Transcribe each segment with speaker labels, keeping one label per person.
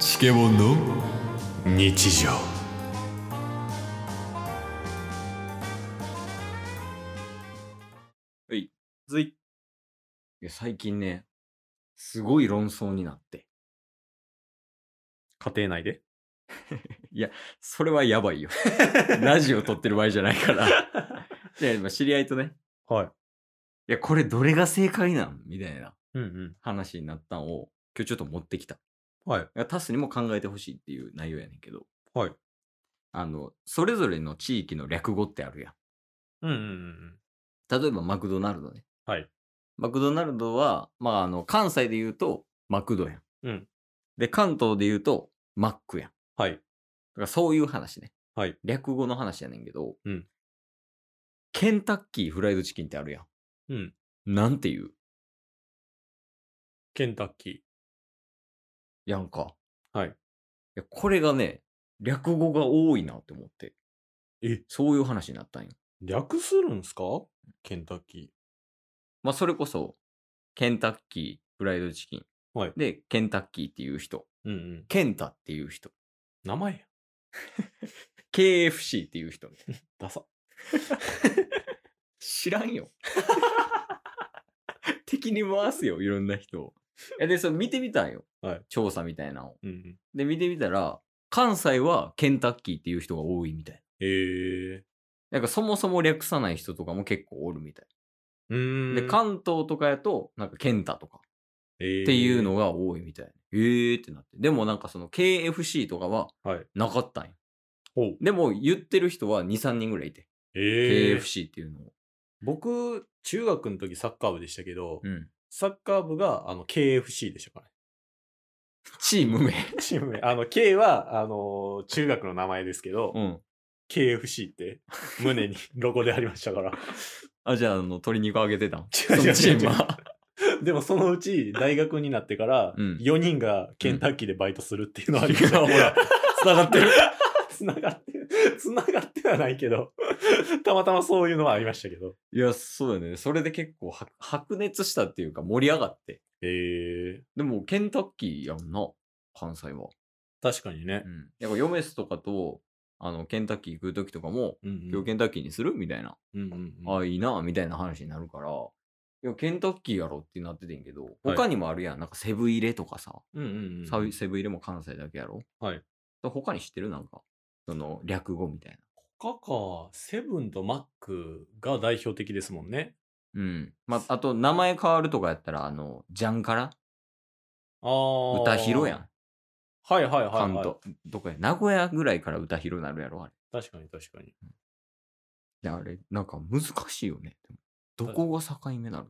Speaker 1: チケボンの日常
Speaker 2: ずい。
Speaker 3: いや最近ね、すごい論争になって。
Speaker 2: 家庭内 で。
Speaker 3: それはやばいよ。 ラジオ撮ってる場合じゃない から。で、まあ知り合いとね、
Speaker 2: はい。
Speaker 3: いや、これどれが正解なんみたいな
Speaker 2: うんうん。
Speaker 3: 話になったんを、今日ちょっと持ってきた。
Speaker 2: はい。
Speaker 3: いやタスにも考えてほしいっていう内容やねんけど、
Speaker 2: はい。
Speaker 3: あの、それぞれの地域の略語ってあるやん。
Speaker 2: うんうんうん。
Speaker 3: 例えばマクドナルドね。
Speaker 2: はい。
Speaker 3: マクドナルドは、まあ、あの、関西で言うと、マクドやん。
Speaker 2: うん。
Speaker 3: で、関東で言うと、マックやん。
Speaker 2: はい。
Speaker 3: だからそういう話ね。
Speaker 2: はい。
Speaker 3: 略語の話やねんけど、
Speaker 2: うん
Speaker 3: ケンタッキーフライドチキンってあるや
Speaker 2: うん。
Speaker 3: ん。なんていう
Speaker 2: ケンタッキ
Speaker 3: やんか。
Speaker 2: はい
Speaker 3: やこれがね、略語が多いなって思って、
Speaker 2: ー。え、
Speaker 3: そういう話になったんよ。
Speaker 2: 略するんすかケンタッキ
Speaker 3: まあ、それこそ、ケンタッキーフライドチキン。
Speaker 2: はい
Speaker 3: で、ケンタッキーっていう人、
Speaker 2: ー。うんうん。
Speaker 3: ケンタっていう人、
Speaker 2: 名前や。
Speaker 3: KFC っていう人みたい な。
Speaker 2: ダサ。
Speaker 3: 知らんよ。 敵に回すよ、いろんな人を。いやで、それ見てみたんよ。
Speaker 2: はい
Speaker 3: 調査みたいなのを。
Speaker 2: うんうん。
Speaker 3: で、見てみたら、関西はケンタッキーっていう人が多いみたいな。
Speaker 2: えー。
Speaker 3: なんかそもそも略さない人とかも結構おるみたいう
Speaker 2: ーん。
Speaker 3: な。で、関東とかやと、なんかケンタとか
Speaker 2: て
Speaker 3: っていうの。が多いみたいな。えーってなって。でもなんかその KFC とかは
Speaker 2: はい。
Speaker 3: なかったんよ。
Speaker 2: ほう。
Speaker 3: でも言ってる人は2、3人ぐらいいて。
Speaker 2: えー。
Speaker 3: KFC っていうのを。
Speaker 2: 僕、中学の時サッカー部でしたけど、
Speaker 3: うん。
Speaker 2: サッカー部があの KFC でしたからね。
Speaker 3: チーム名。
Speaker 2: チーム名。 あの、K は、あのー中学の名前ですけど、
Speaker 3: うん。
Speaker 2: KFC って胸にロゴでありましたから。
Speaker 3: あ、じゃあ、あの、鶏肉あげてたん。
Speaker 2: 違う違う
Speaker 3: そ
Speaker 2: 違
Speaker 3: の
Speaker 2: う
Speaker 3: チームは。
Speaker 2: でもそのうち大学になってから
Speaker 3: うん
Speaker 2: 4人がケンタッキーでバイトするっていうのはありました、
Speaker 3: いや ほら、繋がっ てる。
Speaker 2: つながってる。つながってはないけど、 たまたまそういうのはありましたけど。
Speaker 3: いや、そうだね。それで結構は白熱したっていうか盛り上がって。
Speaker 2: ええ
Speaker 3: でも、ケンタッキーやんな、関西は。
Speaker 2: 確かにね
Speaker 3: う。ん。だから、ヨメスとかと、あの、ケンタッキー行くときとかも、
Speaker 2: うんうん
Speaker 3: 今日ケンタッキーにするみたいな。
Speaker 2: うんうんうん
Speaker 3: ああ、いいな、みたいな話になるから。いや、ケンタッキーやろってなっててんけど、
Speaker 2: はい
Speaker 3: 他にもあるやん。なんか、セブン入れとかさ。
Speaker 2: うんうんうん
Speaker 3: サブセブン入れも関西だけやろ。
Speaker 2: はい。
Speaker 3: 他に知ってるなんか、その、略語みたい
Speaker 2: 他か、セブンとマックが代表的ですもんね。
Speaker 3: な。うん。まあ、あと、名前変わるとかやったら、あの、ジャンカラ
Speaker 2: ああ。
Speaker 3: 歌広やん。。
Speaker 2: はいはいはい、はい。
Speaker 3: 関東。どこや名古屋ぐらいから歌広なるやろ、あれ。
Speaker 2: 確かに確かに。
Speaker 3: いや、あれ、なんか難しいよね。でもどこが境目なる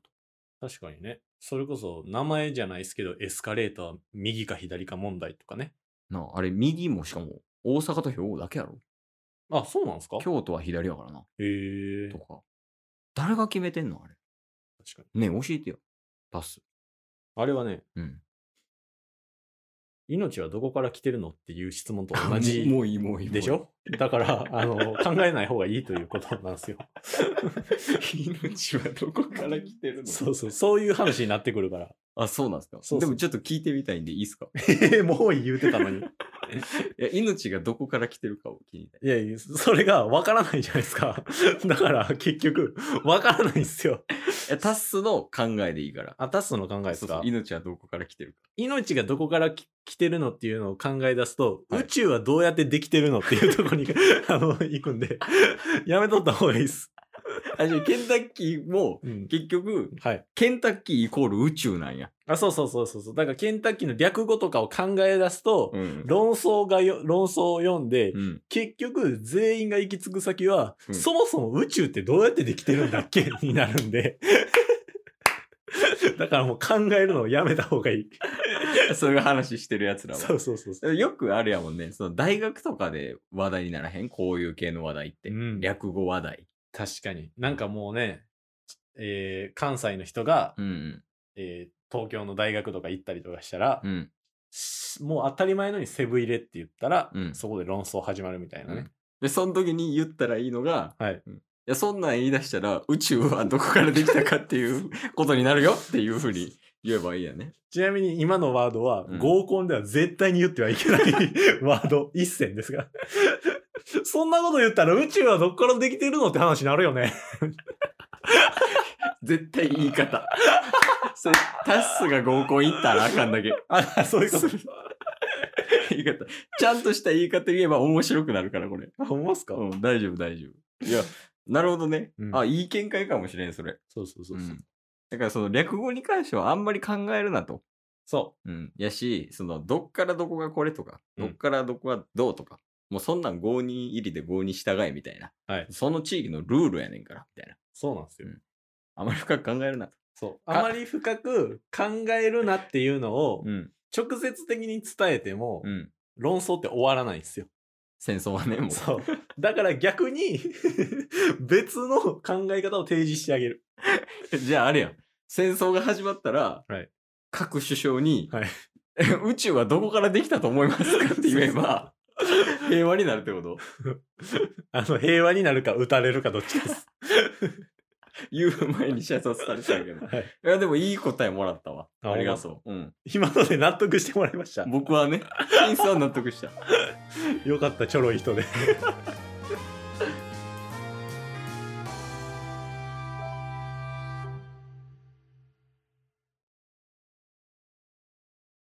Speaker 3: と。
Speaker 2: 確かにね。それこそ、名前じゃないですけど、エスカレーター右か左か問題とかね。
Speaker 3: なあ、あれ、右もしかも、大阪と兵庫だけやろ。
Speaker 2: あ、そうなんですか
Speaker 3: 京都は左やからな。
Speaker 2: へえ
Speaker 3: とか。誰が決めてんのあれ。
Speaker 2: 確かに。
Speaker 3: ねえ教えてよ。パス。
Speaker 2: あれはね、
Speaker 3: うん。
Speaker 2: 命はどこから来てるのっていう質問と同 じ
Speaker 3: もういい、もういい。もういい
Speaker 2: でしょだから、あの、考えない方がいいということなん ですよ。
Speaker 3: 命はどこから来てる
Speaker 2: そうそう、そういう話になってくるから。
Speaker 3: あ、そうなんですか
Speaker 2: そうそう
Speaker 3: でもちょっと聞いてみたいんでい いですかい
Speaker 2: ええ、もう言うてたのに。
Speaker 3: や、命がどこから来てるかを聞いて。
Speaker 2: いやいや、それがわからないじゃないですか。だから、結局、わからないんですよ。
Speaker 3: いや、タスの考えでいいから。
Speaker 2: あ、タスの考えです
Speaker 3: そう
Speaker 2: か
Speaker 3: そう命はどこから来てるか。
Speaker 2: 命がどこからき来てるのっていうのを考え出すと、
Speaker 3: はい
Speaker 2: 宇宙はどうやってできてるのっていうとこ ろにあの行くんでやめとった方がいいです。
Speaker 3: あ、じゃあケンタッキーも、
Speaker 2: うん、
Speaker 3: 結局、
Speaker 2: はい。
Speaker 3: ケンタッキーイコール宇宙なんや。
Speaker 2: あそうそうそうそうそう。だからケンタッキーの略語とかを考え出すと、
Speaker 3: うん。
Speaker 2: 論争がよ論争を読んで、
Speaker 3: うん、
Speaker 2: 結局全員が行き着く先は、
Speaker 3: うん
Speaker 2: そもそも宇宙ってどうやってできてるんだっ けになるんで。 だからもう考えるのをやめた方がいい。
Speaker 3: そういう話してるやつら
Speaker 2: そ
Speaker 3: は。
Speaker 2: うそうそうそう。
Speaker 3: よくあるやもんね。その大学とかで話題にならへんこういう系の話題って。
Speaker 2: うん
Speaker 3: 略語話題。
Speaker 2: 確かに。なんかもうね、えー関西の人が、
Speaker 3: うん
Speaker 2: えー東京の大学とか行ったりとかしたら、
Speaker 3: うん。うん。
Speaker 2: しもう当たり前のようにセブ入れって言ったら、
Speaker 3: うん
Speaker 2: そこで論争始まるみたいなね。
Speaker 3: で、その時に言ったらいいのが、
Speaker 2: はい。
Speaker 3: いや、そんなん言い出したら、宇宙はどこからできたかっていうことになるよっていうふうに言えばいいやね。
Speaker 2: ちなみに今のワードは、
Speaker 3: うん
Speaker 2: 合コンでは絶対に言ってはいけない ワード一選ですが。 そんなこと言ったら宇宙はどっからできてるのって話になるよ ね。
Speaker 3: 絶対言 い方。それ、タッスが合コン行ったらあかんだけ。
Speaker 2: あ、そういうこと。
Speaker 3: 言い方。ちゃんとした言い方言えば面白くなるから、これ。
Speaker 2: あ、ほんまっすか、
Speaker 3: うん、大丈夫、大丈夫。いや、なるほどね。
Speaker 2: うん
Speaker 3: あ、いい見解かもしれん、それ。
Speaker 2: そうそうそうそう。
Speaker 3: うんだから、その略語に関してはあんまり考えるなと。
Speaker 2: そ
Speaker 3: うん。やし、その、どっからどこがこれとか、
Speaker 2: うん
Speaker 3: どっからどこがどうとか、もうそんなん合に入りで合に従えみたいな。
Speaker 2: はい
Speaker 3: その地域のルールやねんから、みたいな。
Speaker 2: う。そうなんですよ。
Speaker 3: うんあまり深く考えるなと。
Speaker 2: そう。
Speaker 3: あ
Speaker 2: あまり深く考えるなっていうのを
Speaker 3: うん。
Speaker 2: 直接的に伝えても
Speaker 3: うん。
Speaker 2: 論争って終わらないんですよ。
Speaker 3: 戦争はね、もう。
Speaker 2: そう。だから逆に 別の考え方を提示してあげる。
Speaker 3: じゃああれやん。戦争が始まったら、
Speaker 2: はい
Speaker 3: 各首相に、
Speaker 2: はい
Speaker 3: 宇宙はどこからできたと思いますかって言えば、平和になるってこと
Speaker 2: あの、平和になるか撃たれるかどっちかです。
Speaker 3: 言う前に射殺されちゃうけど。い
Speaker 2: はい
Speaker 3: や、でもいい答えもらったわ。
Speaker 2: あ
Speaker 3: ありがとう。うん。
Speaker 2: 今ので納 得してもらいました。
Speaker 3: 僕はね、インスは納得した。
Speaker 2: よかった、ちょろい人で。